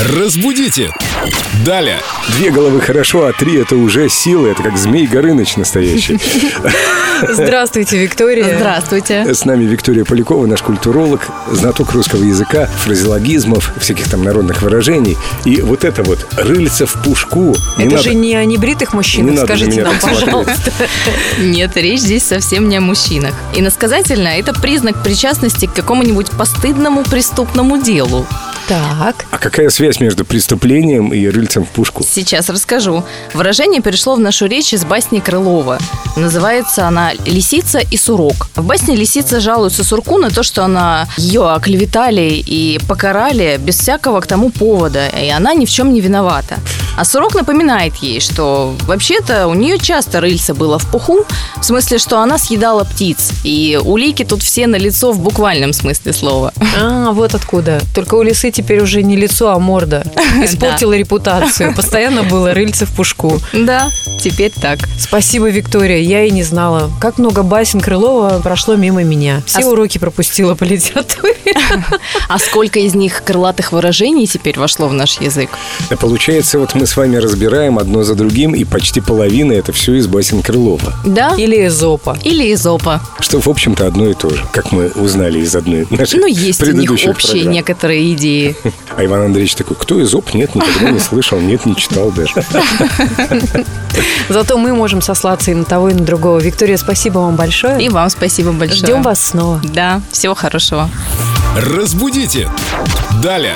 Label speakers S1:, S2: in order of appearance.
S1: Разбудите! Далее!
S2: Две головы хорошо, а три это уже сила. Это как змей Горыныч настоящий.
S3: Здравствуйте, Виктория.
S4: Здравствуйте.
S2: С нами Виктория Полякова, наш культуролог, знаток русского языка, фразеологизмов, всяких там народных выражений. И вот это вот рыльце в пушку. Не
S3: Это
S2: надо-
S3: же не о небритых
S2: не
S3: мужчинах,
S2: надо на
S3: скажите
S2: меня
S3: нам,
S2: так смотреть.
S3: пожалуйста.
S4: Нет, речь здесь совсем не о мужчинах. Иносказательное – это признак причастности к какому-нибудь постыдному преступному делу.
S3: Так.
S2: А какая связь между преступлением и рыльцем в пушку?
S4: Сейчас расскажу. Выражение перешло в нашу речь из басни Крылова. Называется она «Лисица и сурок». В басне лисица жалуется сурку на то, что она ее оклеветали и покарали без всякого к тому повода, и она ни в чем не виновата. А сурок напоминает ей, что вообще-то у нее часто рыльце было в пуху, в смысле, что она съедала птиц. И улики тут все на лицо в буквальном смысле слова.
S3: А, вот откуда. Только у лисы теперь уже не лицо, а морда. Испортила репутацию. Постоянно было рыльце в пушку.
S4: Да, теперь так.
S3: Спасибо, Виктория. Я и не знала, как много басен Крылова прошло мимо меня. Все
S4: А с-
S3: уроки пропустила по литературе.
S4: А сколько из них крылатых выражений теперь вошло в наш язык?
S2: Да получается, вот мы с вами разбираем одно за другим, и почти половина это все из басен Крылова.
S4: Да?
S3: Или эзопа.
S4: Или изопа.
S2: Что, в общем-то, одно и то же, как мы узнали из одной нашей
S4: Ну, есть у них
S2: предыдущих
S4: общие
S2: программ.
S4: некоторые идеи.
S2: А Иван Андреевич такой, кто из оп? Нет, никогда не слышал, нет, не читал даже.
S3: Зато мы можем сослаться и на того, и на другого. Виктория, спасибо вам
S4: И
S3: большое.
S4: вам спасибо большое.
S3: Ждем вас снова.
S4: Да, всего хорошего.
S1: Разбудите! Далее!